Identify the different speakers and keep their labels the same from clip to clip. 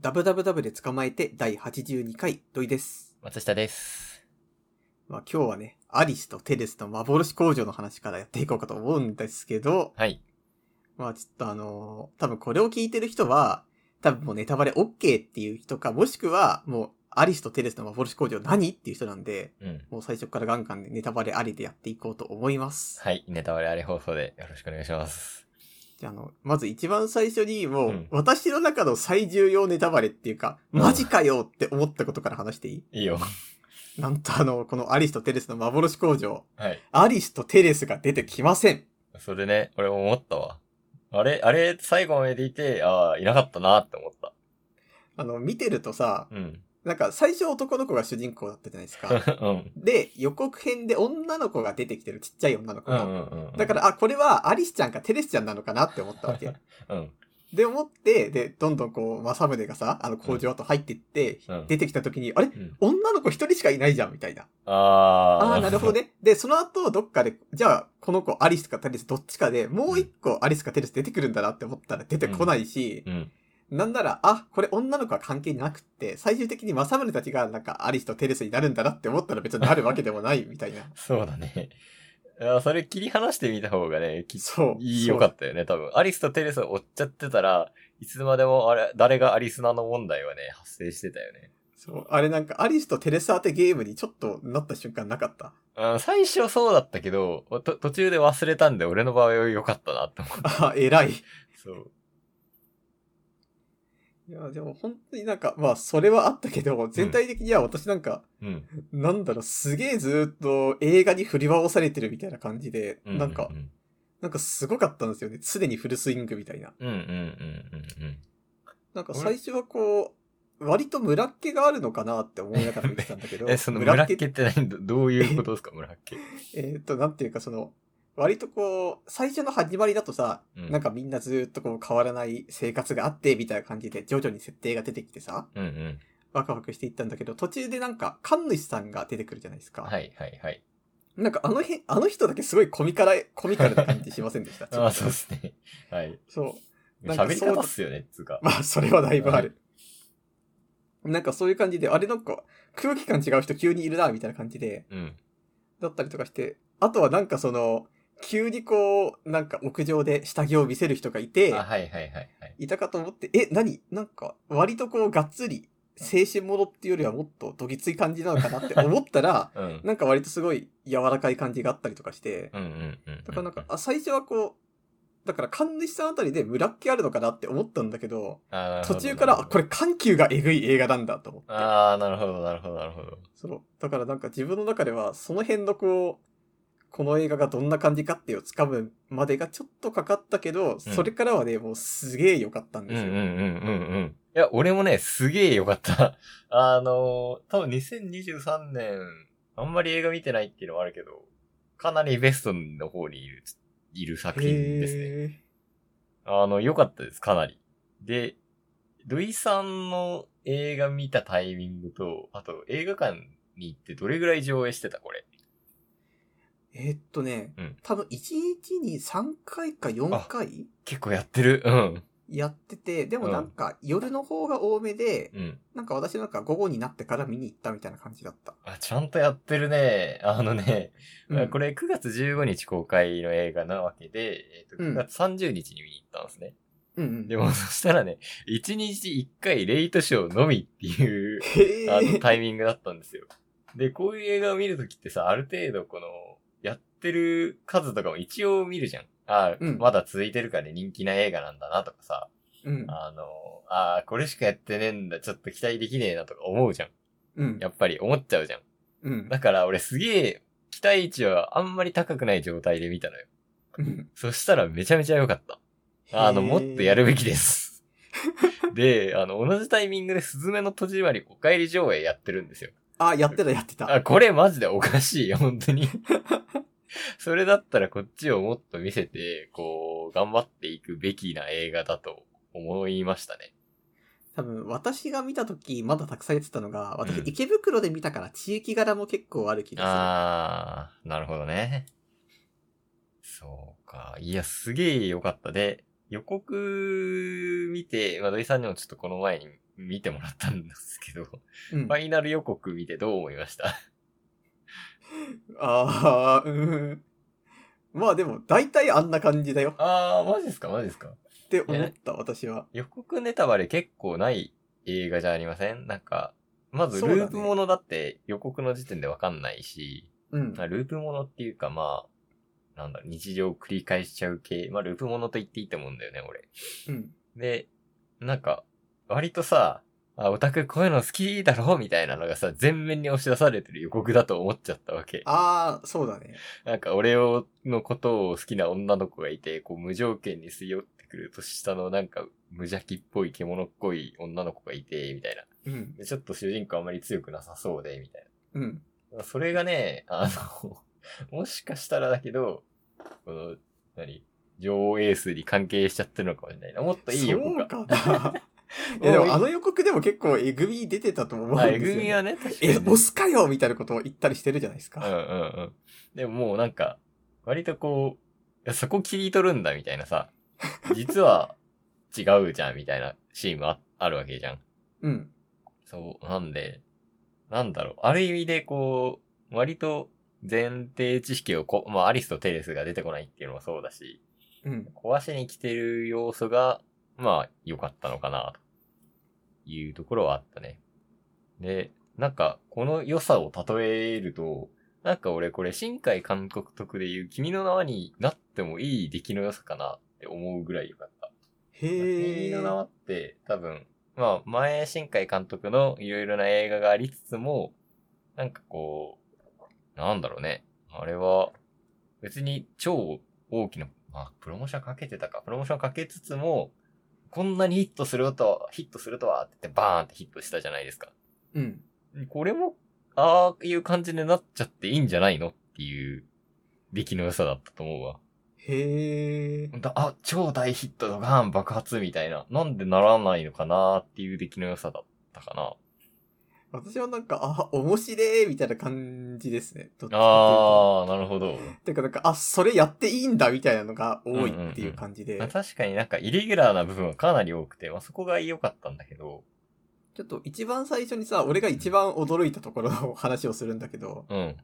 Speaker 1: ダブダブダブで捕まえて第82回土井です。
Speaker 2: 松下です。
Speaker 1: まあ今日はね、アリスとテレスの幻工場の話からやっていこうかと思うんですけど、
Speaker 2: はい。
Speaker 1: まあちょっとあのー多分これを聞いてる人は、多分もうネタバレ OK っていう人か、もしくはもうアリスとテレスの幻工場何っていう人なんで、
Speaker 2: うん。
Speaker 1: もう最初からガンガンでネタバレありでやっていこうと思います。
Speaker 2: はい。ネタバレあれ放送でよろしくお願いします。
Speaker 1: じゃあ、あの、まず一番最初にもう、
Speaker 2: うん
Speaker 1: 私の中の最重要ネタバレっていうか、
Speaker 2: うん
Speaker 1: マジかよって思ったことから話していい
Speaker 2: いいよ。
Speaker 1: なんとあの、このアリスとテレスの幻工場、
Speaker 2: はい。
Speaker 1: アリスとテレスが出てきません。
Speaker 2: それでね、俺も思ったわ。あれ、あれ、最後までいて、ああ、いなかったなって思った。
Speaker 1: あの、見てるとさ、
Speaker 2: うん。
Speaker 1: なんか最初男の子が主人公だったじゃないですか。
Speaker 2: うん。
Speaker 1: で、予告編で女の子が出てきてる、ちっちゃい女の子
Speaker 2: うんう
Speaker 1: が。
Speaker 2: んうん。
Speaker 1: だから、あ、これはアリスちゃんかテレスちゃんなのかなって思ったわけ。
Speaker 2: ら、うん。
Speaker 1: で、思って、で、どんどんこう、政宗がさ、あの工場と入ってって、
Speaker 2: うん
Speaker 1: 出てきた時に、あれ
Speaker 2: うん、
Speaker 1: 女の子一人しかいないじゃん、みたいな。
Speaker 2: ああ。
Speaker 1: ああー、なるほど。ね。で、その後、どっかで、じゃあ、この子、アリスかテレス、どっちかで、もう一個、アリスかテレス出てくるんだなって思ったら出てこないし、
Speaker 2: うん。。
Speaker 1: なんなら、あ、これ女の子は関係なくって、最終的にマサムネたちが、なんか、アリスとテレスになるんだなって思ったら別になるわけでもないみたいな
Speaker 2: そうだね。あーそれ切り離してみた方がね、 き
Speaker 1: そう。
Speaker 2: いいよかったよね、多分。アリスとテレスを追っちゃってたら、いつまでもあれ、誰がアリスなの問題はね、発生してたよね。
Speaker 1: そう。そうあれなんか、アリスとテレス当てゲームにちょっとなった瞬間なかった。
Speaker 2: うん最初そうだったけど、と途中で忘れたんで俺の場合は良かったなって思う。
Speaker 1: あ、偉い。
Speaker 2: そう。
Speaker 1: いや、でも本当になんか、まあ、それはあったけど、全体的には私なんか、
Speaker 2: うん。
Speaker 1: なんだろう、すげえずーっと映画に振り回されてるみたいな感じで、
Speaker 2: う
Speaker 1: なんか
Speaker 2: う、ん
Speaker 1: なんかすごかったんですよね。常にフルスイングみたいな。
Speaker 2: うんうんうんうん
Speaker 1: なんか最初はこう、割と村っ気があるのかなって思いながら見てたんだけ
Speaker 2: う
Speaker 1: ど。
Speaker 2: ん。え、その村っ気って何どどういうことですか、村っ 気。
Speaker 1: えーっと、なんていうかその、割とこう、最初の始まりだとさ、
Speaker 2: うん
Speaker 1: なんかみんなずーっとこう変わらない生活があって、みたいな感じで徐々に設定が出てきてさ、
Speaker 2: うんうん。
Speaker 1: ワクワクしていったんだけど、途中でなんか、神主さんが出てくるじゃないですか。
Speaker 2: はいはいはい。。
Speaker 1: なんかあの辺、あの人だけすごいコミカル、コミカルな感じしませんでした
Speaker 2: ああ、そうですね。はい。
Speaker 1: そう。なんか
Speaker 2: 喋り方っすよね、つうか。
Speaker 1: まあ、それはだいぶある。なんかそういう感じで、あれなんか空気感違う人急にいるな、みたいな感じで、
Speaker 2: うん。
Speaker 1: だったりとかして、あとはなんかその、急にこう、なんか屋上で下着を見せる人がいて
Speaker 2: あ、はいはいはいはい。、
Speaker 1: いたかと思って、え、何なんか、割とこう、がっつり、精神ものっていうよりはもっとどぎつい感じなのかな って思ったら
Speaker 2: うん。
Speaker 1: なんか割とすごい柔らかい感じがあったりとかして、
Speaker 2: うんうんうん。
Speaker 1: だからなんか、、あ、最初はこう、だから神主さんあたりで村っ気あるのかなって思ったんだけど、
Speaker 2: あー
Speaker 1: 途中から、あ、こ。れ緩急がえぐい映画なんだと思って。
Speaker 2: なるほどなるほどああ、なるほどなるほ
Speaker 1: そう。だからなんか自分の中では、その辺のこう、この映画がどんな感じかっていうのをつかむまでがちょっとかかったけど、それからはね、もうすげえ良かったん
Speaker 2: ど。う
Speaker 1: で
Speaker 2: んう
Speaker 1: す
Speaker 2: ん
Speaker 1: よ。
Speaker 2: うんうんうん。いや、俺もね、すげえよかった。 あのー、多分2023年、あんまり映画見てないっていうのもあるけど、かなりベストの方にいる、いる作品ですね。
Speaker 1: へ
Speaker 2: あの、良かったです、かなり。で、土井さんの映画見たタイミングと、あと映画館に行ってどれぐらい上映してたこれ。
Speaker 1: え。えーっとね、
Speaker 2: うん
Speaker 1: 多分1日に3回か4回
Speaker 2: 結構やってる。うん。
Speaker 1: やってて、でもなんか夜の方が多めで、
Speaker 2: うん。
Speaker 1: なんか私なんか午後になってから見に行ったみたいな感じだった。
Speaker 2: あ、ちゃんとやってるね。あのね、
Speaker 1: うん
Speaker 2: これ9月15日公開の映画なわけで、えーと
Speaker 1: うん
Speaker 2: 9月30日に見に行ったんですね。
Speaker 1: うんうん。
Speaker 2: でもそしたらね、1日1回レイトショーのみっ ていう、
Speaker 1: へえ。
Speaker 2: あのタイミングだったんですよ。で、こういう映画を見るときってさ、ある程度この、やってる数とかも一応見るじゃん。あ、
Speaker 1: うん
Speaker 2: まだ続いてるからね、人気な映画なんだなとかさ、
Speaker 1: うん。
Speaker 2: あの、あーこれしかやってねえんだ、ちょっと期待できねえなとか思うじゃん。
Speaker 1: うん。
Speaker 2: やっぱり思っちゃうじゃん。
Speaker 1: うん。
Speaker 2: だから俺すげえ、期待値はあんまり高くない状態で見たのよ。
Speaker 1: うん
Speaker 2: そしたらめちゃめちゃ良かった。あの、
Speaker 1: へー
Speaker 2: もっとやるべ きです。で、あの、同じタイミングでスズメの戸締まりお帰り上映やってるんですよ。
Speaker 1: あ、やってた、やってた。
Speaker 2: あ、これマジでおかしいよ、本当に。それだったらこっちをもっと見せて、こう、頑張っていくべきな映画だと思いましたね。
Speaker 1: 多分、私が見た時まだたくさんやってたのが、私、
Speaker 2: うん
Speaker 1: 池袋で見たから地域柄も結構ある気が
Speaker 2: あー、なるほどね。そうか。いや、すげえ良かった。で、予告見て、まあ、土井さんにもちょっとこの前に見てもらったんですけど、
Speaker 1: うん
Speaker 2: ファイナル予告見てどう思いました
Speaker 1: ああ、うん。まあでも、大体あんな感じだよ
Speaker 2: あー、マジですかマジですか
Speaker 1: って思った、私は。
Speaker 2: 予告ネタバレ結構ない映画じゃありませんなんか、まず
Speaker 1: そうだね
Speaker 2: ループものだって予告の時点でわかんないし、
Speaker 1: うん。
Speaker 2: まあループものっていうかまあ、なんだろう、日常を繰り返しちゃう系、まあループものと言っていいと思うんだよね、俺。
Speaker 1: うん。
Speaker 2: で、なんか、割とさ、あ、オタクこういうの好きだろみたいなのがさ、全面に押し出されてる予告だと思っちゃったわけ。
Speaker 1: ああ、そうだね。
Speaker 2: なんか俺を、のことを好きな女の子がいて、こう無条件にすり寄ってくる年下のなんか無邪気っぽい獣っこい女の子がいて、みたいな。
Speaker 1: うん。
Speaker 2: でちょっと主人公あんまり強くなさそうで、みたい
Speaker 1: うん。
Speaker 2: な。それがね、あの、もしかしたらだけど、この、何女王エースに関係しちゃってるのかもしれないな。もっといいよ、
Speaker 1: そう
Speaker 2: 僕
Speaker 1: か な。い
Speaker 2: い
Speaker 1: やで
Speaker 2: やで
Speaker 1: も、
Speaker 2: も
Speaker 1: あの予告でも結構えぐみ出てたと思うんです
Speaker 2: は。
Speaker 1: よ、ね。
Speaker 2: えぐみはね、確かに
Speaker 1: え、
Speaker 2: ね、
Speaker 1: 押すかよみたいなことを言ったりしてるじゃないです
Speaker 2: うん
Speaker 1: か。
Speaker 2: うんうん。でももうなんか、割とこう、いやそこ切り取るんだみたいなさ、実は違うじゃんみたいなシーンもああるわけじゃん。
Speaker 1: うん。
Speaker 2: そう、なんで、なんだろう、ある意味でこう、割と前提知識をこ、まあアリスとテレスが出てこないっていうのもそうだし、
Speaker 1: うん。
Speaker 2: 壊しに来てる要素が、まあ、良かったのかな、というところはあったね。で、なんか、この良さを例えると、なんか俺これ、新海監督特で言う、君の名はになってもいい出来の良さかなって思うぐらい良かった。
Speaker 1: へ
Speaker 2: 君
Speaker 1: え。
Speaker 2: の名はって、多分、まあ、前、新海監督のいろいろな映画がありつつも、なんかこう、なんだろうね。あれは、別に超大きな、まあ、プロモーションかけてたか、プロモーションかけつつも、こんなにヒットするとは、ヒットするとは、って言ってバーンってヒットしたじゃないですか。
Speaker 1: うん。
Speaker 2: これも、ああいう感じになっちゃっていいんじゃないのっていう、出来の良さだったと思うわ。
Speaker 1: へえ。
Speaker 2: だあ、超大ヒットドガーン爆発みたいな。なんでならないのかなっていう出来の良さだったかな。
Speaker 1: 私はなんか、あ、面白いみたいな感じですね。どっちか
Speaker 2: あー、なるほど。
Speaker 1: っていうと。てかなんか、あ、それやっていいんだみたいなのが多いっていう感じで。
Speaker 2: まあ確かになんかイレギュラーな部分はかなり多くて、まあ、そこが良かったんだけど。
Speaker 1: ちょっと一番最初にさ、俺が一番驚いたところの話をするんだけど、
Speaker 2: うん。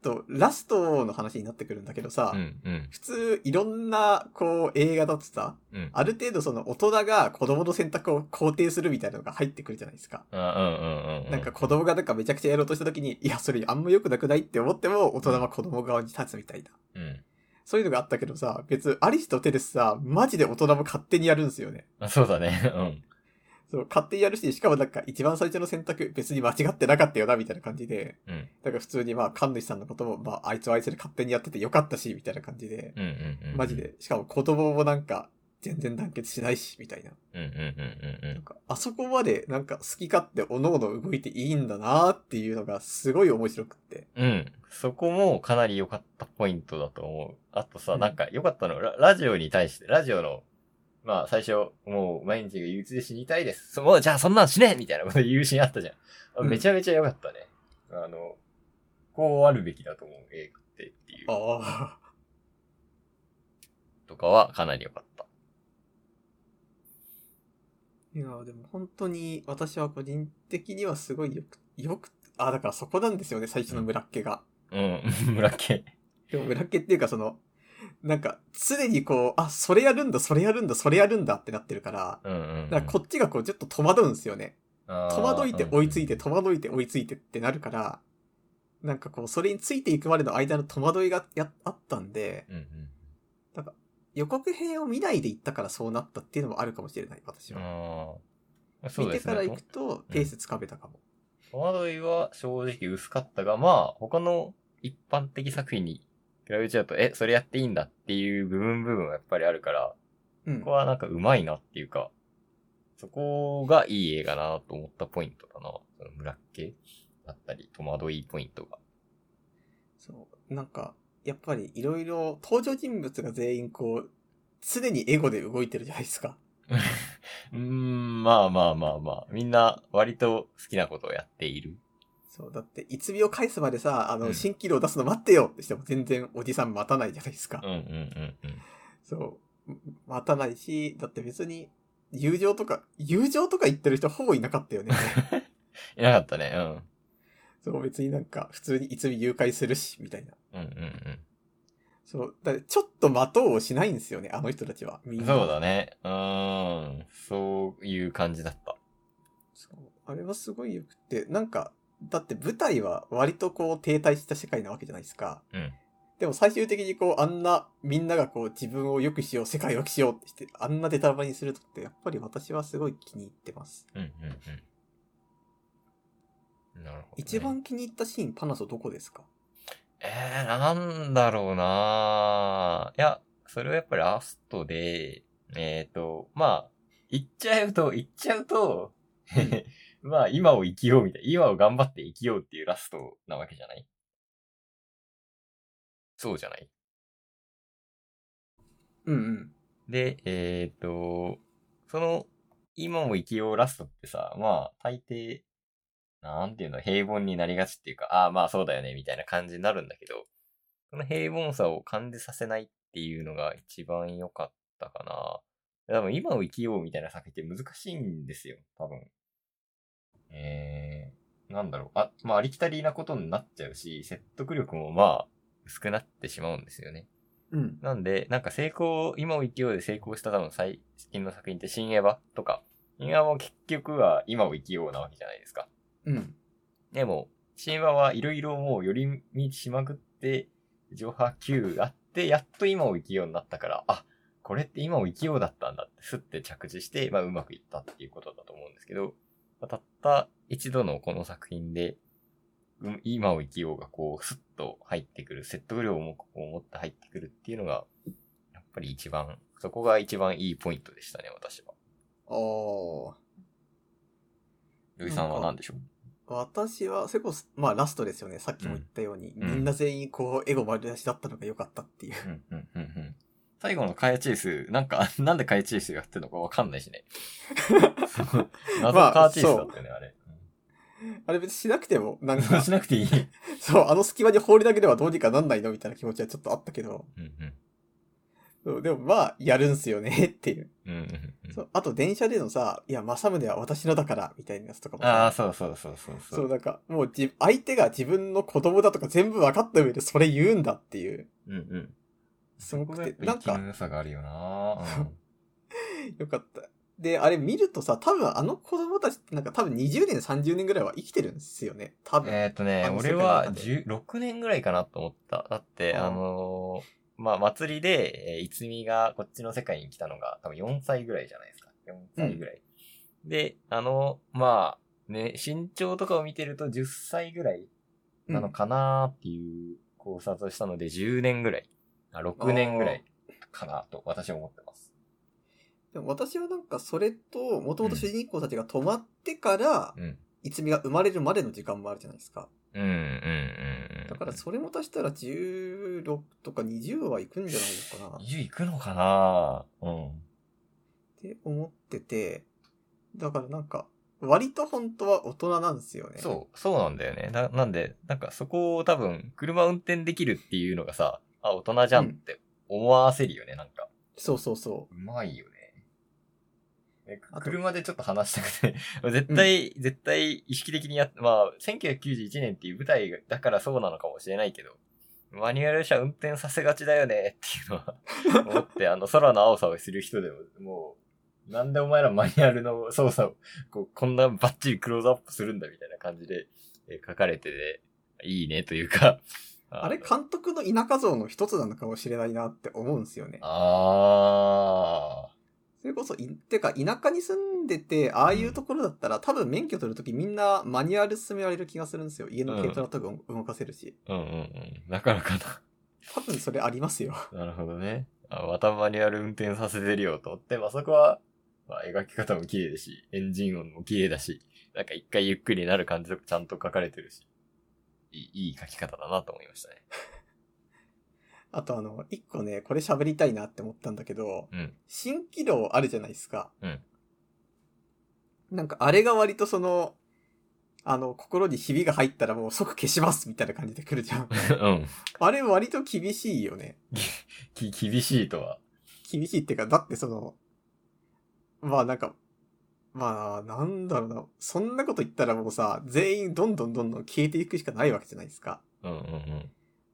Speaker 1: とラストの話になってくるんだけどさ、
Speaker 2: うん、うん、
Speaker 1: 普通いろんなこう映画だとさ、
Speaker 2: うん。
Speaker 1: ある程度その大人が子供の選択を肯定するみたいなのが入ってくるじゃないですか。
Speaker 2: あうん、うん、うん。
Speaker 1: なんか、子供がなんかめちゃくちゃやろうとした時に、いや、それあんま良くなくないって思っても大人は子供側に立つみたいな。
Speaker 2: うん。
Speaker 1: そういうのがあったけどさ、別、アリスとテレスさ、マジで大人も勝手にやるんですよね。
Speaker 2: あそうだね。うん。
Speaker 1: そう、勝手にやるし、しかもなんか一番最初の選択、別に間違ってなかったよな、みたいな感じで。
Speaker 2: うん、
Speaker 1: だから普通にまあ、神主さんのことも、まあ、あいつはあいつで勝手にやっててよかったし、みたいな感じで。
Speaker 2: うん、うん。うん
Speaker 1: マジ。で。しかも子供もなんか、全然団結しないし、みたいな。
Speaker 2: うん、うん、うん、うん
Speaker 1: なん
Speaker 2: う
Speaker 1: か、あそこまでなんか好き勝手おのおの動いていいんだなーっていうのがすごい面白くって。
Speaker 2: ん。うん。そこもかなり良かったポイントだと思う。あと
Speaker 1: う
Speaker 2: さ、
Speaker 1: ん
Speaker 2: なんか良かったのラ、ラジオに対して、ラジオの、まあ最初、もう毎日が憂鬱で死にたいです。そもうじゃあそんなんしねえみたいなこと言うシーンあったじゃんあ。
Speaker 1: うん
Speaker 2: めちゃめちゃ良かったね。あの、こうあるべきだと思う映画ってっていう。
Speaker 1: ああ。
Speaker 2: とかはかなり良かった。
Speaker 1: いやー、でも本当に私は個人的にはすごいよく、よく、あー、だからそこなんですよね、最初の村っけが。
Speaker 2: うん、村家。
Speaker 1: でも村っけっていうかその、なんか常にこう、あ、それやるんだ、それやるんだ、それやるんだってなってるから、
Speaker 2: うんうんうん。
Speaker 1: だからこっちがこうちょっと戸惑うんですよね。戸
Speaker 2: 戸
Speaker 1: 惑いて追いついて、戸惑いて追いついてってなるから、なんかこう、それについていくまでの間の戸惑いがやあったんで、
Speaker 2: うんうん。
Speaker 1: 予告編を見ないで行ったからそうなったっていうのもあるかもしれない、私は。
Speaker 2: ああ。そう
Speaker 1: 見
Speaker 2: で
Speaker 1: て
Speaker 2: すね。
Speaker 1: から行くと、ペースつかめたかも。
Speaker 2: 戸惑いは正直薄かったが、まあ、他の一般的作品に比べちゃうと、え、それやっていいんだっていう部分部分はやっぱりあるから、
Speaker 1: うん
Speaker 2: ここ。はなんか上手いなっていうか、そこがいい映画だなと思ったポイントだな。その村っ気だったり、戸惑いポイントが。
Speaker 1: そう。なんか、やっぱりいろいろ登場人物が全員こう、常にエゴで動いてるじゃないですか。
Speaker 2: うーん、まあまあまあまあ、みんな割と好きなことをやっている。
Speaker 1: そう。だって、いつびを返すまでさ、あ
Speaker 2: う
Speaker 1: の、
Speaker 2: ん
Speaker 1: 新規度を出すの待ってよってしても全然おじさん待たないじゃないですか
Speaker 2: うん。うんうんうん。
Speaker 1: そう。待たないし、だって別に、友情とか、友情とか言ってる人ほぼいなかったよね。
Speaker 2: いなかったね。うん。
Speaker 1: そう、別になんか、普通にいつも誘拐するし、みたいな。
Speaker 2: うんうん
Speaker 1: そう、だからちょっと待とうをしないんですよね、あの人たちは。み
Speaker 2: うんん。
Speaker 1: な。
Speaker 2: そうだね。うーん。そういう感じだった。
Speaker 1: そうあれはすごい良くて、なんか、だって舞台は割とこう停滞した世界なわけじゃないですか。
Speaker 2: うん
Speaker 1: でも最終的にこうあんなみんながこう自分を良くしよう、世界を良くしようってして、あんなデタラマにするとって、やっぱり私はすごい気に入ってます。
Speaker 2: うんうんうん。なるほどね、
Speaker 1: 一番気に入ったシーン、パナソどこですか
Speaker 2: えー、なんだろうなぁいや、それはやっぱりラストで、えっ、と、まあ、言っちゃうと、言っちゃうと、 まあ、今を生きようみたいな、今を頑張って生きようっていうラストなわけじゃないそうじゃない
Speaker 1: うんうん。
Speaker 2: で、えっ、と、その、今も生きようラストってさ、まあ、大抵、なんていうの、平凡になりがちっていうか、ああ、まあそうだよね、みたいな感じになるんだけど、その平凡さを感じさせないっていうのが一番良かったかな。多分、今を生きようみたいな作品って難しいんですよ、多分。えー、なんだろう。あ、まあ、ありきたりなことになっちゃうし、説得力もまあ、薄くなってしまうんですよね。
Speaker 1: うん。
Speaker 2: なんで、なんか成功、今を生きようで成功した多分最近の作品って新エヴァとか、新エヴァも結局は今を生きようなわけじゃないですか。
Speaker 1: うん。
Speaker 2: でも、新エヴァはいろいろもう寄り道しまくって、上波9あって、やっと今を生きようになったから、あ、これって今を生きようだったんだって、すって着地して、まあうまくいったっていうことだと思うんですけど、まあたった一度のこの作品で、うん今を生きようがこう、すっと入ってくる、説得力をもこう持って入ってくるっていうのが、やっぱり一番、そこが一番いいポイントでしたね、私は。
Speaker 1: ああ。
Speaker 2: ルイさんは何でしょう
Speaker 1: 私は、それこそ、まあラストですよね。さっきも言ったように、
Speaker 2: ん
Speaker 1: みんな全員こう、エゴ丸出しだったのが良かったっていう。
Speaker 2: うんうんうんうん最後のカヤチェイス、なんか、なんでカヤチェイスやってるのかわかんないし ね。謎のカヤチェイスだったよね、あれ。
Speaker 1: あれ別にしなくても、なん
Speaker 2: う
Speaker 1: か
Speaker 2: んし、なくていい。
Speaker 1: そう、あの隙間に放り投げればどうにかなんないのみたいな気持ちはちょっとあったけど、
Speaker 2: うんうん
Speaker 1: そうでもまあ、やるんすよね っていう。
Speaker 2: うんうんうん
Speaker 1: そうあと電車でのさ、いや、政宗は私のだから、みたいなやつとかもさ
Speaker 2: ああ、そうそうそうそうそ
Speaker 1: そう、
Speaker 2: う。
Speaker 1: なんか、もうじ、相手が自分の子供だとか全部分かった上でそれ言うんだっていう。
Speaker 2: うんうん。
Speaker 1: すご
Speaker 2: こ
Speaker 1: く、
Speaker 2: こがやってぱ
Speaker 1: なん
Speaker 2: 生きの
Speaker 1: か、
Speaker 2: 良さがあるよな
Speaker 1: よかった。で、あれ見るとさ、多分あの子供たちってなんか多分20年、30年ぐらいは生きてるんですよね。多
Speaker 2: うん
Speaker 1: 分。
Speaker 2: えっとね
Speaker 1: あ、の世界の
Speaker 2: 俺
Speaker 1: 中
Speaker 2: は
Speaker 1: で
Speaker 2: 16年ぐらいかなと思った。だって、
Speaker 1: あー
Speaker 2: あのー、まあ、祭りで、えーいつみがこっちの世界に来たのが多分4歳ぐらいじゃないですか。4歳ぐらい。で、あの、まあ、ね、身長とかを見てると10歳ぐらい
Speaker 1: うん
Speaker 2: なのかなーっていう考察をしたので、10年ぐらい。あ、6年ぐらいかなと私は思ってます。
Speaker 1: でも私はなんかそれと、もともと主人公たちが止まってから、
Speaker 2: うん。
Speaker 1: いつみが生まれるまでの時間もあるじゃないですか。
Speaker 2: うんうんうんうん。
Speaker 1: だからそれも足したら16とか20はいくんじゃないのかなっ
Speaker 2: 20いくのかなうん。
Speaker 1: て思ってて、だからなんか、割と本当は大人なんですよね。
Speaker 2: そう、そうなんだよね。な、なんで、なんかそこを多分、車運転できるっていうのがさ、あ、大人じゃんって思わせるよね、なんか。
Speaker 1: そうそうそう
Speaker 2: まいよね。え
Speaker 1: あと
Speaker 2: 車でちょっと話したくて、 絶対、絶対意識的にやっ、まあ、1991年っていう舞台がだからそうなのかもしれないけど、マニュアル車運転させがちだよねっ ていうのは思って、あの、空の青さをする人でも、もう、なんでお前らマニュアルの操作を、こう、こんなバッチリクローズアップするんだみたいな感じで、えー書かれてて、いいねというか。
Speaker 1: う。あれ監督の田舎像の一つなのかもしれないなって思うんですよね。
Speaker 2: あ
Speaker 1: それこそい、てか田舎に住んでて、ああいうところだったら、多分免許取るときみんなマニュアル進められる気がするんですよ。家の軽トラとか動かせるし。
Speaker 2: ー。うんうんうん。だからかな。
Speaker 1: 多分それありますよ。
Speaker 2: なるほどね。あ、またマニュアル運転させてるよと思って、まあ、そこは、まあ、描き方も綺麗だし、エンジン音も綺麗だし、なんか一回ゆっくりなる感じとかちゃんと書かれてるし、いい、いい書き方だなと思いましたね。
Speaker 1: あとあの、一個ね、これ喋りたいなって思ったんだけど、
Speaker 2: うん
Speaker 1: 新機能あるじゃないですか。
Speaker 2: うん
Speaker 1: なんかあれが割とその、あの、心にひびが入ったらもう即消しますみたいな感じで来るじゃん。
Speaker 2: うん。
Speaker 1: あれ割と厳しいよね。
Speaker 2: き、厳しいとは。
Speaker 1: 厳しいっていうか、だってその、まあなんか、まあなんだろうな。そんなこと言ったらもうさ、全員どんどんどんどん消えていくしかないわけじゃないですか。
Speaker 2: うんうんうん。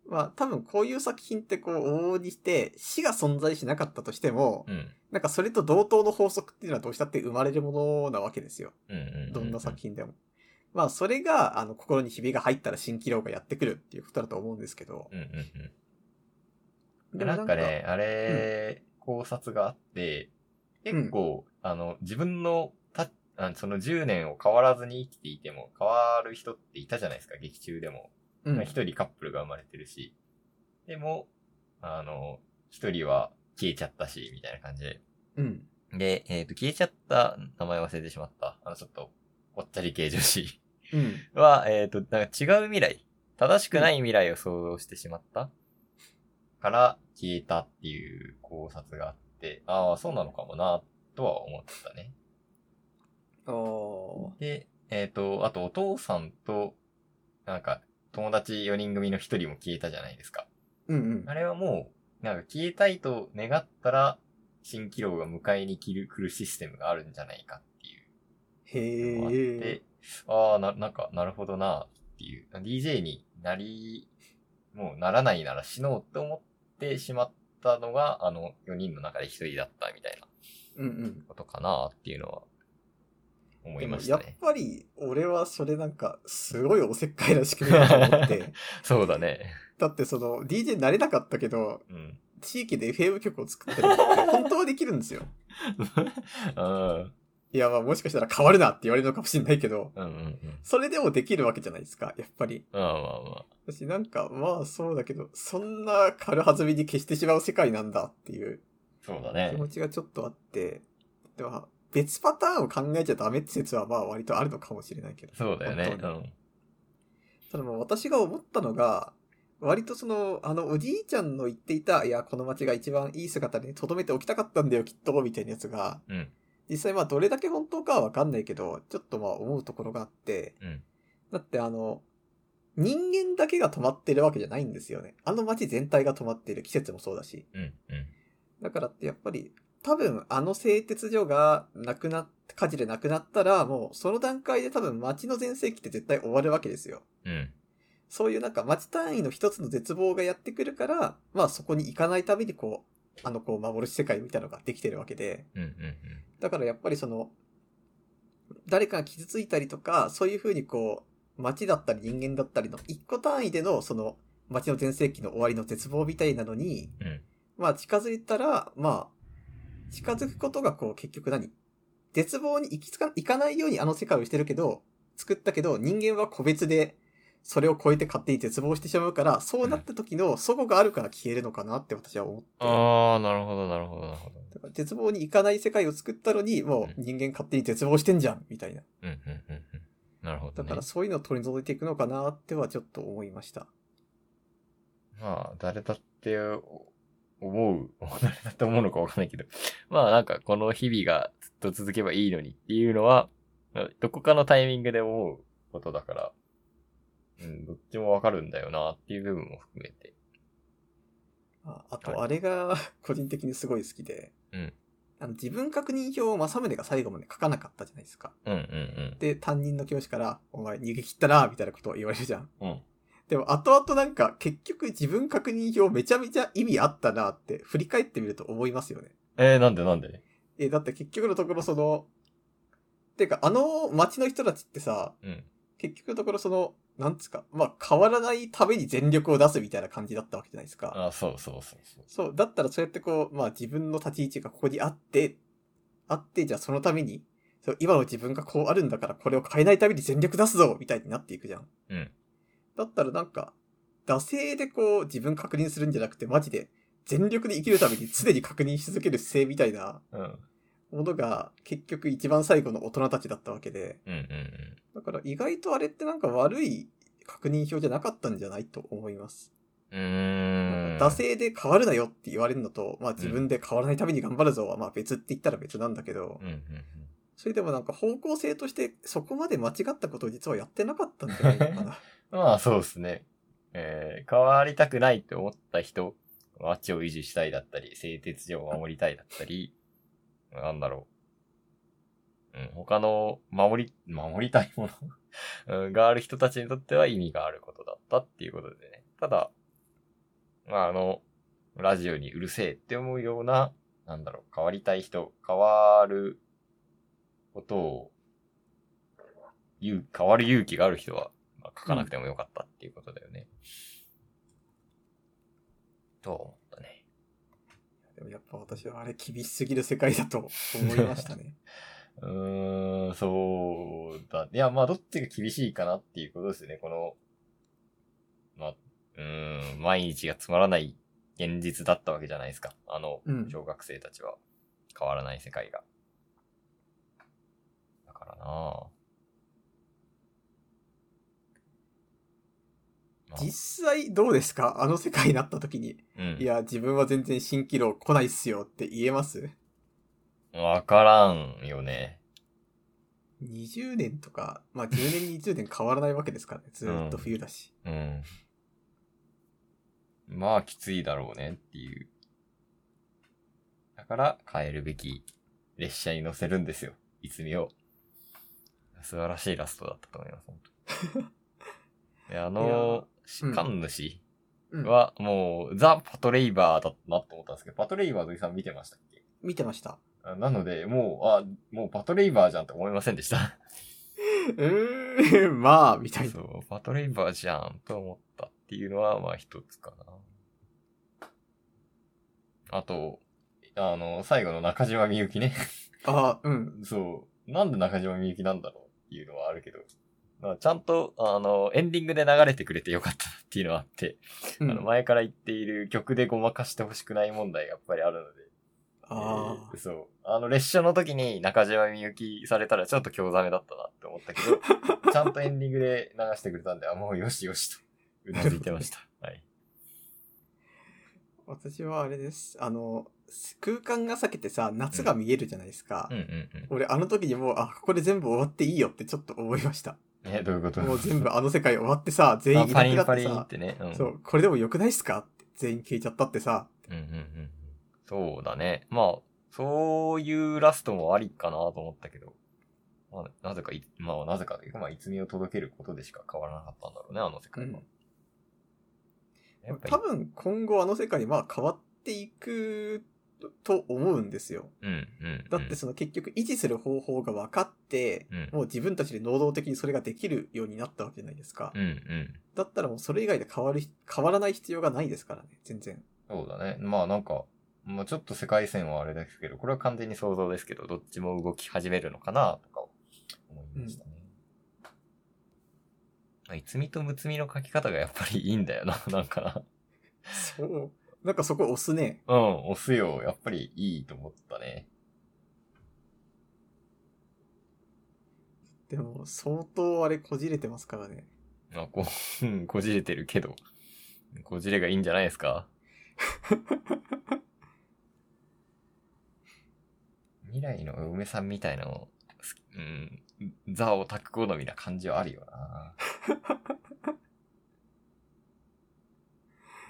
Speaker 1: まあ多分こういう作品ってこう往々にして死が存在しなかったとしても、
Speaker 2: うん。
Speaker 1: なんかそれと同等の法則っていうのはどうしたって生まれるものなわけですよ。
Speaker 2: うんうんうん。
Speaker 1: どんな作品でも。まあそれがあの心にひびが入ったら蜃気楼がやってくるっていうことだと思うんですけど。
Speaker 2: うんうんうん。
Speaker 1: でも
Speaker 2: なんかね、あれ、考察があって、結構、あの、自分のた、あその10年を変わらずに生きていても、変わる人っていたじゃないですか、劇中でも。
Speaker 1: うん
Speaker 2: まあ一人カップルが生まれてるし。でも、あの、一人は消えちゃったし、みたいな感じで。
Speaker 1: うん。
Speaker 2: で、えっ、と、消えちゃった、名前忘れてしまった。あの、ちょっと、ぽっちゃり系女子
Speaker 1: うん。
Speaker 2: は、えっ、と、なんか違う未来、正しくない未来を想像してしまったから消えたっていう考察があって、ああ、そうなのかもな、とは思ってたね。
Speaker 1: お
Speaker 2: で、えっ、と、あとお父さんと、なんか、友達4人組の1人も消えたじゃないですか。
Speaker 1: うんうん
Speaker 2: あ。れはもう、なんか消えたいと願ったら、蜃気楼が迎えに来る来るシステムがあるんじゃないかっていう。のもあっ
Speaker 1: へえ
Speaker 2: て。、ああ、な、なんか、なるほどな、っていう。DJ になり、もうならないなら死のうって思ってしまったのが、あの、4人の中で1人だったみたいな
Speaker 1: うんうん。
Speaker 2: ことかな、っていうのは、思いまし
Speaker 1: や
Speaker 2: た
Speaker 1: っ
Speaker 2: ね。
Speaker 1: ぱり、俺はそれなんか、すごいおせっかいな仕組みだと思 って。
Speaker 2: そうだ ね。
Speaker 1: だってその、DJ になれなかったけど、
Speaker 2: うん。
Speaker 1: 地域で FM 曲を作ってるのって本当はできるんですよ。
Speaker 2: うん。
Speaker 1: いや、まあもしかしたら変わるなって言われるのかもしれないけど、
Speaker 2: うんうんうん。
Speaker 1: それでもできるわけじゃないですか、やっぱり。
Speaker 2: まあまあまあ。
Speaker 1: 私なんか、まあそうだけど、そんな軽はずみに消してしまう世界なんだっていう
Speaker 2: そうだ
Speaker 1: 気
Speaker 2: ね。
Speaker 1: 持ちがちょっとあって、では、別パターンを考えちゃダメって説はまあ割とあるのかもしれないけど。
Speaker 2: そうだよね。
Speaker 1: 本
Speaker 2: う
Speaker 1: 当に
Speaker 2: ん。
Speaker 1: ただもう私が思ったのが、割とその、あの、おじいちゃんの言っていた、いや、この街が一番いい姿に留めておきたかったんだよ、きっと、みたいなやつが、
Speaker 2: うん。
Speaker 1: 実際まあ、どれだけ本当かはわかんないけど、ちょっとまあ、思うところがあって、
Speaker 2: うん。
Speaker 1: だってあの、人間だけが止まってるわけじゃないんですよね。あの街全体が止まってる、季節もそうだし。
Speaker 2: うん。うん。
Speaker 1: だからってやっぱり、多分あの製鉄所がなくなっ、火事でなくなったら、もうその段階で多分街の全盛期って絶対終わるわけですよ。
Speaker 2: うん。
Speaker 1: そういうなんか町単位の一つの絶望がやってくるから、まあそこに行かないためにこう、あのこう守る世界みたいなのができてるわけで、
Speaker 2: うん。うん。
Speaker 1: だからやっぱりその、誰かが傷ついたりとか、そういうふうにこう、町だったり人間だったりの一個単位でのその、町の全盛期の終わりの絶望みたいなのに、
Speaker 2: うん。うん。
Speaker 1: まあ近づいたら、まあ、近づくことがこう結局何絶望に行きつか、行かないようにあの世界をしてるけど、作ったけど人間は個別でそれを超えて勝手に絶望してしまうから、そうなった時の祖母があるから消えるのかなって私は思って。
Speaker 2: ああ、なるほど、なるほど、なるほど。
Speaker 1: だから絶望に行かない世界を作ったのに、もう人間勝手に絶望してんじゃん、みたいな。
Speaker 2: うん。うん。うん。うん。なるほど、
Speaker 1: だ
Speaker 2: ね。
Speaker 1: からそういうのを取り除いていくのかなってはちょっと思いました。
Speaker 2: まあ、誰だってお思う、誰だって思うのかわかんないけど、 まあなんかこの日々がずっと続けばいいのにっていうのは、どこかのタイミングで思うことだから、うん、どっちもわかるんだよなっていう部分も含めて。
Speaker 1: ああと、あれが 個人的にすごい好きで、
Speaker 2: うん
Speaker 1: あの自分確認表を正宗が最後まで書かなかったじゃないですか。
Speaker 2: うんうん
Speaker 1: で、担任の教師から、お前逃げ切ったな、みたいなことを言われるじゃん。
Speaker 2: うん。うん。
Speaker 1: でも、後々なんか、結局自分確認表めちゃめちゃ意味あったなって、振り返ってみると思いますよね。
Speaker 2: えー、なんでなんで
Speaker 1: え、だって結局のところその、てか、あの街の人たちってさ、
Speaker 2: うん。
Speaker 1: 結局のところその、なんつうか、まあ、変わらないために全力を出すみたいな感じだったわけじゃないですか。
Speaker 2: あそうそうそうそう。
Speaker 1: そう、だったらそうやってこう、まあ自分の立ち位置がここにあって、あって、じゃあそのために、そう今の自分がこうあるんだからこれを変えないために全力出すぞみたいになっていくじゃん。
Speaker 2: うん。
Speaker 1: だったらなんか、惰性でこう自分確認するんじゃなくてマジで全力で生きるために常に確認し続ける姿勢みたいな
Speaker 2: うん。
Speaker 1: ものが結局一番最後の大人たちだったわけで、
Speaker 2: うんうんうん。
Speaker 1: だから意外とあれってなんか悪い確認表じゃなかったんじゃないと思います。
Speaker 2: うーん。
Speaker 1: 惰性で変わるなよって言われるのと、まあ自分で変わらないために頑張るぞは、まあ別って言ったら別なんだけど
Speaker 2: う、んうん
Speaker 1: それでもなんか方向性としてそこまで間違ったことを実はやってなかったんじゃないのか な。
Speaker 2: うん。まあそうですね。えー、変わりたくないって思った人、街を維持したいだったり、製鉄所を守りたいだったり、なんだろう。うん、他の守り、守りたいもの うんがある人たちにとっては意味があることだったっていうことでね。ただ、まああの、ラジオにうるせえって思うような、なんだろう、変わりたい人、変わることを、勇変わる勇気がある人は、まあ書かなくてもよかったっていうことだよね。とは思ったね。
Speaker 1: でもやっぱ私はあれ厳しすぎる世界だと思いました ね。
Speaker 2: うーん、そうだ。いや、まあ、どっちが厳しいかなっていうことですね。この、まあ、うーん、毎日がつまらない現実だったわけじゃないですか。あの
Speaker 1: う、ん
Speaker 2: 小学生たちは変わらない世界が。だからなあまあ
Speaker 1: 実際どうですかあの世界になった時に。
Speaker 2: うん
Speaker 1: いや、自分は全然蜃気楼来ないっすよって言えます
Speaker 2: わからんよね。
Speaker 1: 20年とか、まあ10年20年変わらないわけです からね。ずーっと冬だし。
Speaker 2: うん。まあ、きついだろうねっていう。だから、帰るべき列車に乗せるんですよ。いつみを。素晴らしいラストだったと思います、本 当
Speaker 1: い
Speaker 2: であ
Speaker 1: や
Speaker 2: の、
Speaker 1: うん
Speaker 2: 神主
Speaker 1: うん。
Speaker 2: は、もう、ザ・パトレイバーだなと思ったんですけど、パトレイバー土井さん見てましたっけ
Speaker 1: 見てま した。
Speaker 2: あなので、もう、あ、もうパトレイバーじゃんって思いませんでした。
Speaker 1: うーん、 まあ、みたいな。
Speaker 2: そう、パトレイバーじゃんと思ったっていうのは、まあ一つかな。あと、あの、最後の中島みゆきね。
Speaker 1: ああ、うん。
Speaker 2: そう、なんで中島みゆきなんだろうっていうのはあるけど、まあ、ちゃんと、あの、エンディングで流れてくれてよかったっていうのはあって、
Speaker 1: う
Speaker 2: あの、
Speaker 1: ん、あ
Speaker 2: 前から言っている曲でごまかしてほしくない問題がやっぱりあるので、
Speaker 1: あ
Speaker 2: えーそう。あの、列車の時に中島みゆきされたらちょっと興ざめだったなって思ったけ ど、ちゃんとエンディングで流してくれたんで、あ、もうよしよしと、うなずいてました。はい。
Speaker 1: 私はあれです。あの、空間が裂けてさ、夏が見えるじゃないですか。
Speaker 2: うんうん
Speaker 1: 俺、あの時にもう、あ、ここで全部終わっていいよってちょっと思いま した。
Speaker 2: うん。え、どういうこと
Speaker 1: もう全部あの世界終わって さ、全
Speaker 2: あ
Speaker 1: 員い
Speaker 2: パ
Speaker 1: なく
Speaker 2: リン
Speaker 1: な
Speaker 2: パ
Speaker 1: って
Speaker 2: リンっ
Speaker 1: さ、
Speaker 2: てね。うん、
Speaker 1: そ。う、これでも良くないっすかって全員消えちゃったってさ、
Speaker 2: うんうんうん。そうだね。まあ、そういうラストもありかなと思ったけど、まあ、なぜかい、まあ、なぜかというか、まあ、いつみを届けることでしか変わらなかったんだろうね、あの世界は。やっぱり
Speaker 1: 多、分今後あの世界は変わっていくと思うんですよ。
Speaker 2: うんうん。
Speaker 1: だってその結局維持する方法が分かって、
Speaker 2: うん、うん
Speaker 1: もう自分たちで能動的にそれができるようになったわけじゃないですか。
Speaker 2: うんうん。
Speaker 1: だったらもうそれ以外で変わる、変わらない必要がないですからね、全然。
Speaker 2: そうだね。まあなんか、まあちょっと世界線はあれですけど、これは完全に想像ですけど、どっちも動き始めるのかな、とか思いましたね。まあいつみとむつみの書き方がやっぱりいいんだよな、なんか
Speaker 1: そう。なんかそこ押すね。
Speaker 2: な。うん、押すよ。やっぱりいいと思ったね。
Speaker 1: でも相当あれこじれてますからね。
Speaker 2: まあこう、うんこじれてるけど、こじれがいいんじゃないで すか未来の梅さんみたいなの、すうん、ザオタク好みな感じはあ るよな。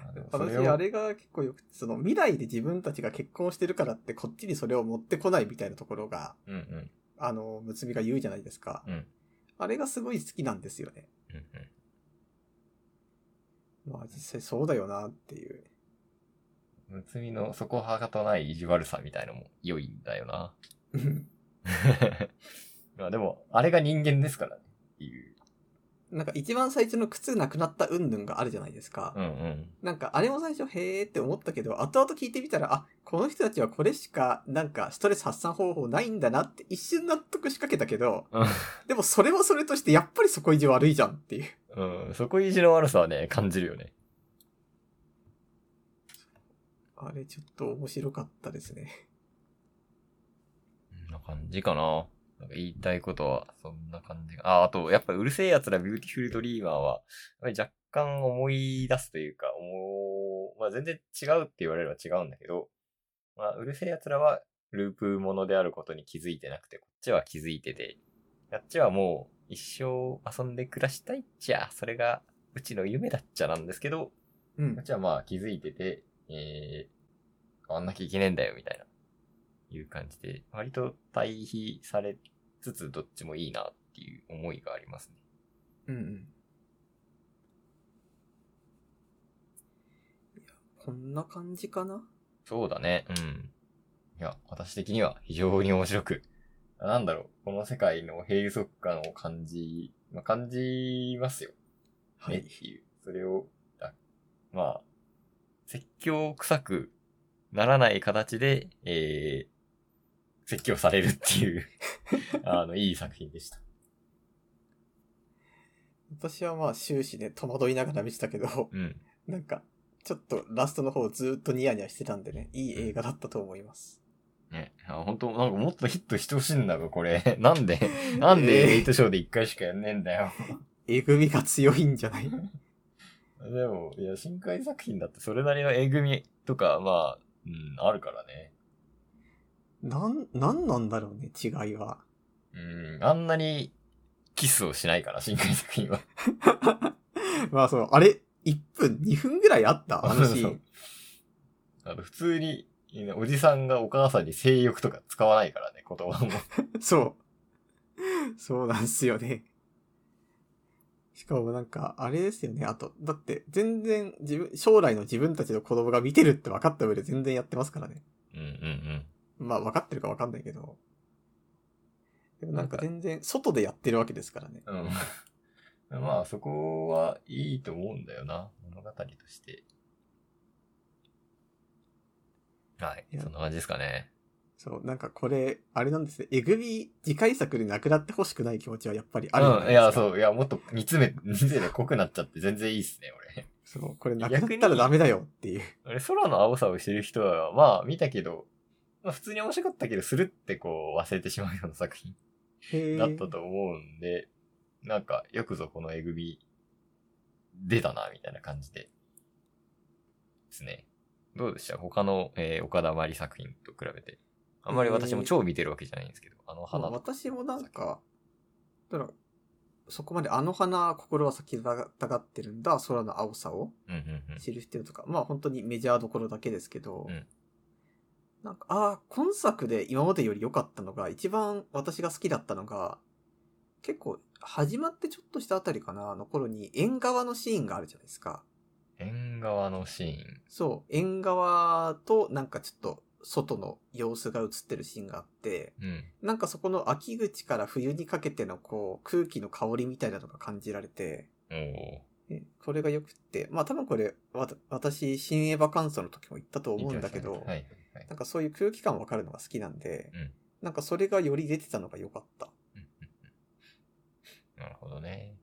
Speaker 2: あでもそ
Speaker 1: 私
Speaker 2: れを
Speaker 1: あれが結構よくて、その未来で自分たちが結婚してるからってこっちにそれを持ってこないみたいなところが、
Speaker 2: うんうん
Speaker 1: あの、むつみが言うじゃないですか。
Speaker 2: うん
Speaker 1: あれがすごい好きなんですよね。
Speaker 2: うんうん。
Speaker 1: まあ実際そうだよなっていう。
Speaker 2: むつみの底はかとない意地悪さみたいのも良いんだ よな。
Speaker 1: うん
Speaker 2: まあでも、あれが人間ですからね。っていう。
Speaker 1: なんか一番最初の靴なくなった云々があるじゃないですか。
Speaker 2: うんうん。
Speaker 1: なんかあれも最初へーって思ったけど、後々聞いてみたら、あ、この人たちはこれしかなんかストレス発散方法ないんだなって一瞬納得しかけたけど、
Speaker 2: うん
Speaker 1: でもそれはそれとしてやっぱりそこ意地悪いじゃんっていう。
Speaker 2: うん、そこ意地の悪さはね、感じるよね。
Speaker 1: あれちょっと面白かったですね。
Speaker 2: な感じかな。なんか言いたいことは、そんな感じが。あ、あと、やっぱうるせえ奴らビューティフルドリーマーは、やっぱり若干思い出すというか、思う、まあ全然違うって言われれば違うんだけど、まあうるせえ奴らはループものであることに気づいてなくて、こっちは気づいてて、あっちはもう一生遊んで暮らしたいっちゃ、それがうちの夢だっちゃなんですけど、
Speaker 1: うん
Speaker 2: こっ。ちはまあ気づいてて、えー、変わんなきゃいけねえんだよ、みたいな、いう感じで、割と対比されつつどっちもいいなっていう思いがありますね。
Speaker 1: うんうん。いやこんな感じかな
Speaker 2: そうだね、うん。いや、私的には非常に面白く、なんだろう、この世界の閉塞感を感じ、まあ、感じますよ。
Speaker 1: は
Speaker 2: ねっ
Speaker 1: い。
Speaker 2: ていう。それを、あまあ、説教臭くならない形で、えー、説教されるって いう、あの、いい作品でした。
Speaker 1: 私はまあ終始ね、戸惑いながら見てたけど、
Speaker 2: うん。
Speaker 1: なんか、ちょっとラストの方ずっとニヤニヤしてたんでね、いい映画だったと思います。
Speaker 2: ね。あ本当なんかもっとヒットしてほしいんだが、これ。 なんで、なんでエイトショーで一回しかやんねえんだ よ。
Speaker 1: えぐみが強いんじゃない
Speaker 2: でも、いや、深海作品だってそれなりのえぐみとか、まあ、うん、あるからね。
Speaker 1: なん、なんなんだろうね、違いは。
Speaker 2: うん、あんなにキスをしないから、深海作品は。
Speaker 1: まあそう、あれ、1分、2分ぐらいあったあの シーン。
Speaker 2: あの、普通に、ねおじさんがお母さんに性欲とか使わないからね、言葉も。
Speaker 1: そう。そうなんすよね。しかもなんか、あれですよね。あと、だって、全然自分、将来の自分たちの子供が見てるって分かった上で全然やってますからね。
Speaker 2: うんうんうん。
Speaker 1: まあ分かってるか分かんないけど。でもなんか全然、外でやってるわけですからね。
Speaker 2: うん。まあ、そこはいいと思うんだよな、物語として。はい
Speaker 1: い、や
Speaker 2: そんな感じですかね。
Speaker 1: そう、なんかこれ、あれなんですね。えぐみ、次回作でなくなってほしくない気持ちはやっぱりあるじゃな
Speaker 2: うん、い
Speaker 1: で
Speaker 2: や、
Speaker 1: すか。
Speaker 2: そう、いや、もっと煮詰め、 煮詰めて濃くなっちゃって全然いいっすね、俺。
Speaker 1: そう。これなくなったらダメだよっていう。
Speaker 2: 俺、空の青さを知る人は、まあ、見たけど、まあ、普通に面白かったけど、するってこう、忘れてしまうような作品。
Speaker 1: へー
Speaker 2: だったと思うんで、なんか、よくぞこのえぐみ、出たな、みたいな感じで。ですね。どうでした他の、えー岡田まり作品と比べて。あんまり私も超見てるわけじゃないんですけど、あの
Speaker 1: ま
Speaker 2: 花
Speaker 1: あ
Speaker 2: とか。
Speaker 1: 私もなんか、だから、そこまであの花、心は咲きたがってるんだ、空の青さを
Speaker 2: うんうんうん。
Speaker 1: 知る必要とか、まあ本当にメジャーどころだけですけど、
Speaker 2: うん
Speaker 1: なんか、ああ、今作で今までより良かったのが、一番私が好きだったのが、結構、始まってちょっとしたあたりかな、あの頃に縁側のシーンがあるじゃないですか。
Speaker 2: 縁側のシーン。
Speaker 1: そう、縁側となんかちょっと外の様子が映ってるシーンがあって、
Speaker 2: うん。
Speaker 1: なんかそこの秋口から冬にかけてのこう空気の香りみたいなのが感じられて、
Speaker 2: おー
Speaker 1: えこれが良くって、まあ多分これわた私新エヴァ感想の時も言ったと思うんだけど、
Speaker 2: はいはいはい。
Speaker 1: なんかそういう空気感わかるのが好きなんで、
Speaker 2: うん
Speaker 1: なんかそれがより出てたのが良かった。
Speaker 2: なるほどね。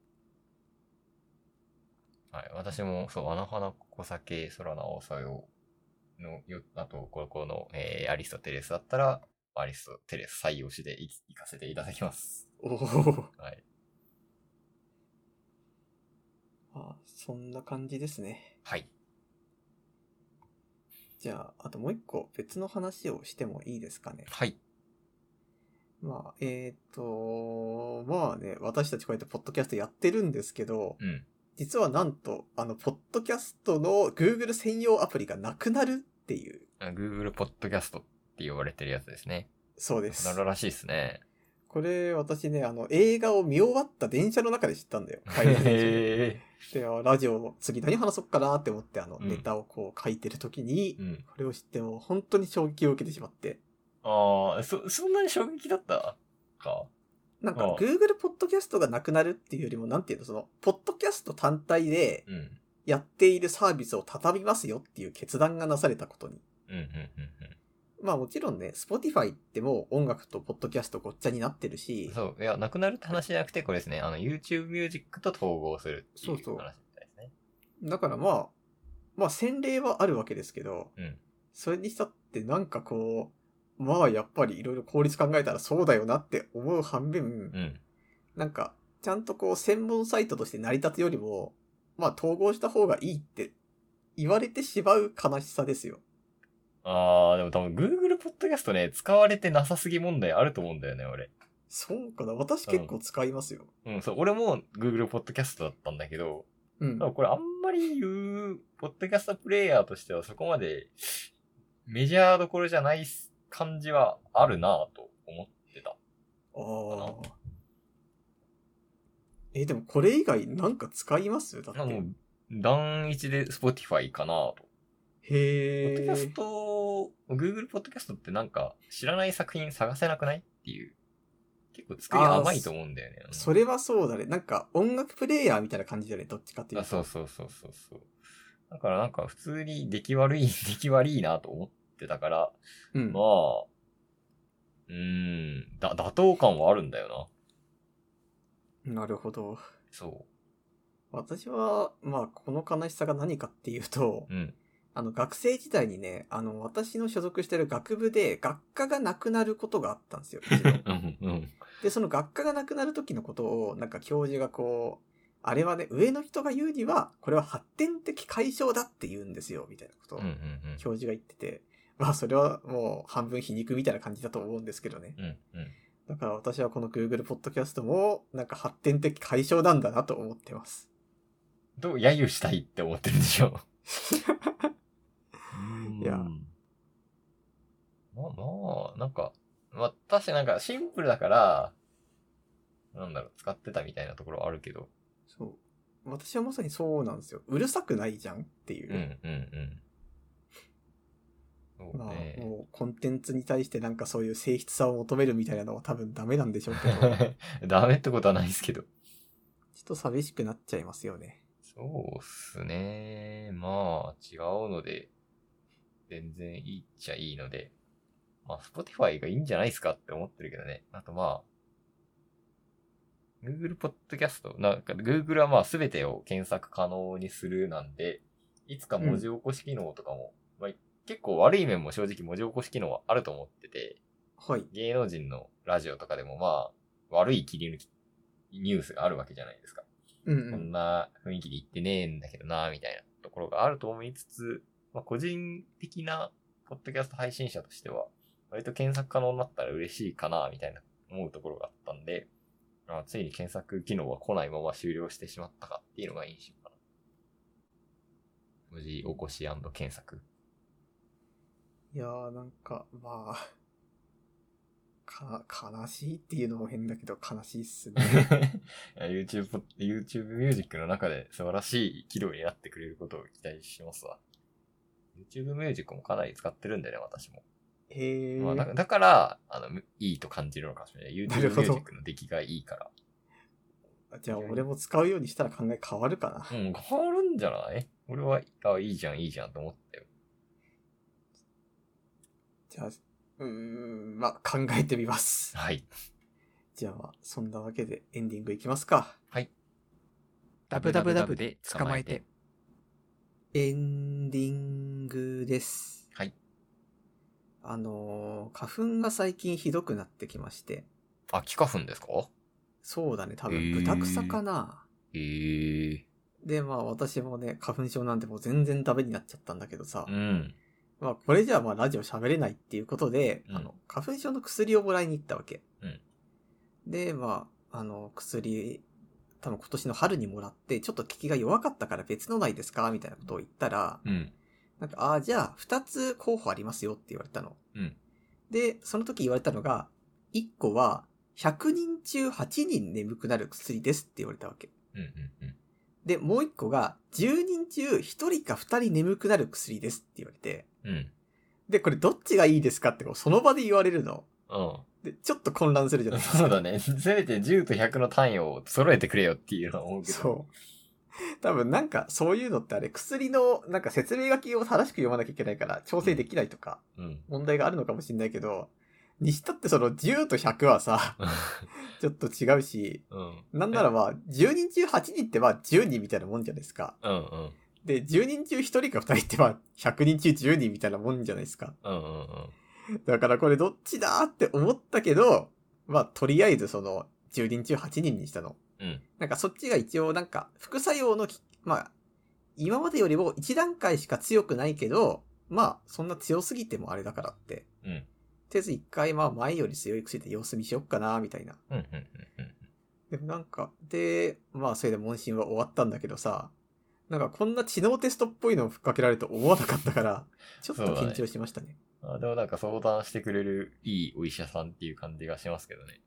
Speaker 2: はい。私も、そう、あの花小酒、空の青さよ、の、よ、あと、ここの、えー、アリストテレスだったら、アリストテレス採用しでい行かせていただきます。
Speaker 1: お お。
Speaker 2: はい。
Speaker 1: あそんな感じですね。
Speaker 2: はい。
Speaker 1: じゃあ、あともう一個別の話をしてもいいですかね。
Speaker 2: はい。
Speaker 1: まあ、えっ、と、まあね、私たちこうやってポッドキャストやってるんですけど、
Speaker 2: うん。
Speaker 1: 実はなんと、あの、ポッドキャストの Google 専用アプリがなくなるっていう、
Speaker 2: あ Google Podcast って呼ばれてるやつですね。
Speaker 1: そうで
Speaker 2: な
Speaker 1: す
Speaker 2: る。らしいですね。
Speaker 1: これ、私ね、あの、映画を見終わった電車の中で知ったんだ よ。帰りの電車
Speaker 2: へ
Speaker 1: で、あラジオを次何話そっかなって思って、あの、
Speaker 2: うん
Speaker 1: ネタをこう書いてる時に、
Speaker 2: ー。うん。
Speaker 1: これを知ってもう本当に衝撃を受けてしまって。
Speaker 2: ああ、そ、そんなに衝撃だったか。
Speaker 1: なんか
Speaker 2: ああ、
Speaker 1: Google ポッドキャストがなくなるっていうよりも、なんていうの、その、ポッドキャスト単体で
Speaker 2: うん。うん
Speaker 1: やっているサービスを畳みますよっていう決断がなされたことに。
Speaker 2: うんうん
Speaker 1: まあもちろんね、Spotify ってもう音楽とポッドキャストごっちゃになってる
Speaker 2: う
Speaker 1: し
Speaker 2: ん。、そう。いや、なくなるって話じゃなくて、これですね。あの、YouTube ミュージックと統合するっていう話み
Speaker 1: そうそう
Speaker 2: たいですね。
Speaker 1: だからまあ、まあ洗礼はあるわけですけど、
Speaker 2: うん
Speaker 1: それにしたってなんかこう、まあやっぱりいろいろ効率考えたらそうだよなって思う反面、
Speaker 2: うん。
Speaker 1: なんか、ちゃんとこう専門サイトとして成り立つよりも、まあ統合した方がいいって言われてしまう悲しさですよ。
Speaker 2: あー、でも多分 Google ポッドキャストね、使われてなさすぎ問題あると思うんだよね、俺。
Speaker 1: そうかな私結構使いますよ。
Speaker 2: うん、そう、俺も Google ポッドキャストだったんだけど、
Speaker 1: うん
Speaker 2: 多。分これあんまり言う、ポッドキャストプレイヤーとしてはそこまでメジャーどころじゃない感じはあるなぁと思ってた。
Speaker 1: あああ。え、でもこれ以外なんか使いますだっ
Speaker 2: あも
Speaker 1: て
Speaker 2: う。、段一で Spotify かなと。ポッド
Speaker 1: へ
Speaker 2: キャス
Speaker 1: え。
Speaker 2: ト、Google ポッドキャストってなんか知らない作品探せなくないっていう。結構作り甘いと思うんだよね。
Speaker 1: それはそうだね。なんか音楽プレイヤーみたいな感じだね。どっちかっていう
Speaker 2: あ、
Speaker 1: と。
Speaker 2: そうそうそうそうそう。だからなんか普通に出来悪い、 出来悪いなと思ってたから、
Speaker 1: うん
Speaker 2: ま。あ、うーん、だ、妥当感はあるんだよな。
Speaker 1: なるほど。
Speaker 2: そ
Speaker 1: 私は、まあ、この悲しさが何かっていうと、
Speaker 2: う。うん。
Speaker 1: あの、学生時代にね、あの、私の所属してる学部で、学科がなくなることがあったん ですよ。一度
Speaker 2: うん、うん。
Speaker 1: で、その学科がなくなる時のことを、なんか教授がこう、あれはね、上の人が言うには、これは発展的解消だって言うんですよ、みたいなことを
Speaker 2: うん、うん、うん。
Speaker 1: 教授が言ってて、まあ、それはもう半分皮肉みたいな感じだと思うんですけどね。
Speaker 2: うん、うん。
Speaker 1: だから私はこの Google ポッドキャストも、なんか発展的解消なんだなと思ってます。
Speaker 2: どう、揶揄したいって思ってるんでしょ。
Speaker 1: いや
Speaker 2: うん。まあ、まあ、なんか、まあ、確かになんかシンプルだから、なんだろう、使ってたみたいなところはあるけど。
Speaker 1: そう。私はまさにそうなんですよ。うるさくないじゃんっていうう。
Speaker 2: ん、うん、うん。そう
Speaker 1: まあ、
Speaker 2: ね。
Speaker 1: もうコンテンツに対してなんかそういう性質さを求めるみたいなのは多分ダメなんでしょうけど、ち ょっ
Speaker 2: ダメってことはないですけど。
Speaker 1: と寂しくなっちゃいますよね。
Speaker 2: そうっすね。まあ、違うので、全然いいっちゃいいので、まあ、Spotify がいいんじゃないですかって思ってるけどね。あとまあ、Google Podcast、なんか Google はまあ全てを検索可能にするなんで、いつか文字起こし機能とかも、まあ結構悪い面も正直文字起こし機能はあると思ってて、
Speaker 1: はい。
Speaker 2: 芸能人のラジオとかでもまあ、悪い切り抜き、ニュースがあるわけじゃないですか。
Speaker 1: うんう
Speaker 2: こん
Speaker 1: ん。
Speaker 2: な雰囲気で言ってねえんだけどな、みたいなところがあると思いつつ、まあ、個人的なポッドキャスト配信者としては、割と検索可能になったら嬉しいかな、みたいな思うところがあったんで、あついに検索機能は来ないまま終了してしまったかっていうのが印象かな。無事起こし検 索。
Speaker 1: いやーなんか、まあ、か、悲しいっていうのも変だけど悲しいっすね。
Speaker 2: YouTube ポッ、YouTube ミュージックの中で素晴らしい機能になってくれることを期待しますわ。YouTube ミュージックもかなり使ってるんだよね、私も。
Speaker 1: へえ。
Speaker 2: まあ、だだから、あの、むいいと感じるのかもしれない。YouTube
Speaker 1: な
Speaker 2: ミュ
Speaker 1: るほ
Speaker 2: ー
Speaker 1: ど
Speaker 2: ジックの出来がいいから。
Speaker 1: じゃあ俺も使うようにしたら考え変わるかな。
Speaker 2: うん、変わるんじゃない俺は、あ、いいじゃん、いいじゃんと思ったよ。
Speaker 1: じゃあ、うーん、まあ考えてみます。
Speaker 2: はい。
Speaker 1: じゃあまあ、そんなわけでエンディングいきますか。
Speaker 2: ダブダブダブで捕まえて。
Speaker 1: エンディングです。
Speaker 2: はい。
Speaker 1: あのー花粉が最近ひどくなってきまして。
Speaker 2: あ、気化粉ですか
Speaker 1: そうだね、多
Speaker 2: へ
Speaker 1: 分、
Speaker 2: ー
Speaker 1: 豚草かな。
Speaker 2: ええ
Speaker 1: で、まあ私もね、花粉症なんてもう全然ダメになっちゃったんだけどさ、
Speaker 2: うん。
Speaker 1: まあこれじゃあまあラジオ喋れないっていうことで、
Speaker 2: うん
Speaker 1: あの、花粉症の薬をもらいに行ったわけ。
Speaker 2: うん
Speaker 1: で、まあ、あの、薬、多分今年の春にもらって、ちょっと効きが弱かったから別のないですかみたいなことを言ったら、
Speaker 2: うん。
Speaker 1: なんか、ああ、じゃあ、二つ候補ありますよって言われたの。
Speaker 2: うん
Speaker 1: で、その時言われたのが、一個は、100人中8人眠くなる薬ですって言われたわけ。
Speaker 2: うんうんうん。
Speaker 1: で、もう一個が、10人中1人か2人眠くなる薬ですって言われて、
Speaker 2: うん。
Speaker 1: で、これどっちがいいですかってこうその場で言われるの。
Speaker 2: う。
Speaker 1: で、ちょっと混乱するじゃなんいですか。
Speaker 2: そうだね。せめて10と100の単位を揃えてくれよっていうのは思うけど。
Speaker 1: そう。多分なんかそういうのってあれ薬のなんか説明書きを正しく読まなきゃいけないから調整できないとか
Speaker 2: う。うん。
Speaker 1: 問題があるのかもしれないけど、にしたってその10と100はさ、ちょっと違うし、
Speaker 2: うん。
Speaker 1: なんならまあ10人中8人ってまあ10人みたいなもんじゃないですか。
Speaker 2: うんうん。
Speaker 1: で、10人中1人か2人ってまあ100人中10人みたいなもんじゃないですか。
Speaker 2: うんうんうん。
Speaker 1: だからこれどっちだーって思ったけど、まあとりあえずその10人中8人にしたの。
Speaker 2: うん
Speaker 1: なんかそっちが一応なんか副作用のき、まあ今までよりも1段階しか強くないけど、まあそんな強すぎてもあれだからって。
Speaker 2: うん。
Speaker 1: とりあえず一回まあ前より強い薬で様子見しよっかなみたいな。
Speaker 2: うんうんうんうん。
Speaker 1: でもなんか、で、まあそれで問診は終わったんだけどさ、なんかこんな知能テストっぽいのをふっかけられると思わなかったから、ちょっと緊張しましたね。
Speaker 2: あでもなんか相談してくれるいいお医者さんっていう感じがしますけどね。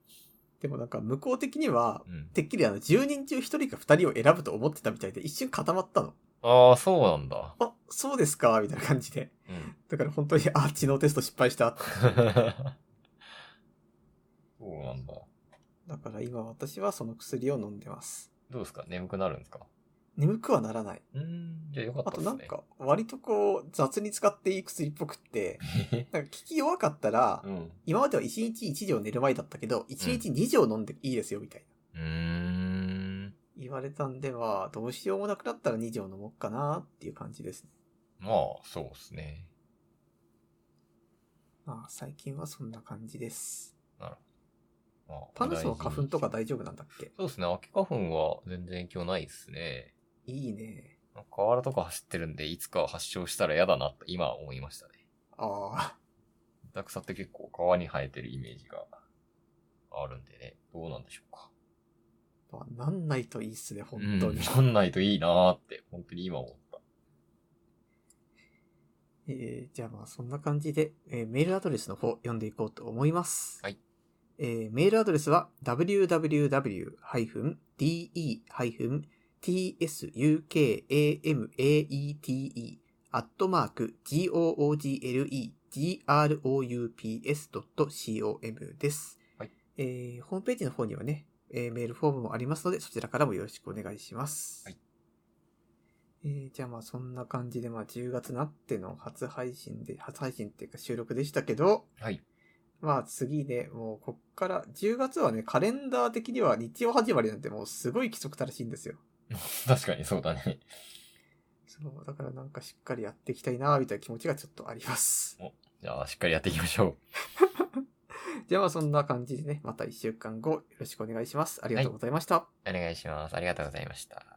Speaker 1: でもなんか向こう的には、
Speaker 2: うん。
Speaker 1: てっきりあの10人中1人か2人を選ぶと思ってたみたいで一瞬固まったの。
Speaker 2: ああ、そうなんだ。
Speaker 1: あ、そうですかみたいな感じで。
Speaker 2: うん。
Speaker 1: だから本当に、あ、知能テスト失敗した。
Speaker 2: そうなんだ。
Speaker 1: だから今私はその薬を飲んでます。
Speaker 2: どうですか眠くなるんですか
Speaker 1: 眠くはならない。
Speaker 2: うーん、じゃあよかっ
Speaker 1: あ
Speaker 2: た
Speaker 1: と
Speaker 2: です
Speaker 1: なん
Speaker 2: ね。
Speaker 1: か、割とこう、雑に使っていい薬っぽくって、なんか効き弱かったら、
Speaker 2: うん。う
Speaker 1: 今までは1日1錠寝る前だったけど、1日2錠飲んでいいですよ、みたいな。
Speaker 2: ーん。
Speaker 1: 言われたんでは、どうしようもなくなったら2錠飲もうかなっていう感じですね。
Speaker 2: まあ、そうですね。
Speaker 1: まあ、最近はそんな感じです。
Speaker 2: まあ、
Speaker 1: パンダスの花粉とか大丈夫なん
Speaker 2: だ。
Speaker 1: だっけ
Speaker 2: そうですね。秋花粉は全然影響ないですね。
Speaker 1: いいね。
Speaker 2: 河原とか走ってるんで、いつか発症したら嫌だなと今思いましたね。
Speaker 1: ああ、
Speaker 2: ダクサって結構川に生えてるイメージがあるんでね。どうなんでしょうか。
Speaker 1: まあなんないといいっすね、本
Speaker 2: うん、
Speaker 1: 当に。
Speaker 2: なんないといいなーって、本当に今思った。
Speaker 1: えーじゃあまあそんな感じで、えーメールアドレスの方読んでいこうと思います。
Speaker 2: はい。
Speaker 1: えーメールアドレスは www-de-tsukamate アットマーク google-groups.com です。
Speaker 2: はい。
Speaker 1: えーホームページの方にはね、えーメールフォームもありますので、そちらからもよろしくお願いします。
Speaker 2: はい。
Speaker 1: えーじゃあまあそんな感じで、まあ10月なっての初配信で、初配信っていうか収録でしたけど、
Speaker 2: はい。
Speaker 1: まあ次ね、もうこっから、10月はね、カレンダー的には日曜始まりなんてもうすごい規則正しいんですよ。
Speaker 2: 確かにそうだね。
Speaker 1: そう、だからなんかしっかりやっていきたいなみたいな気持ちがちょっとあります。
Speaker 2: じゃあ、しっかりやっていきましょ
Speaker 1: じゃあまあそんな感じでね、また1週間後よろしくお願いします。ありがとうございました。
Speaker 2: う。お願いします。ありがとうございました。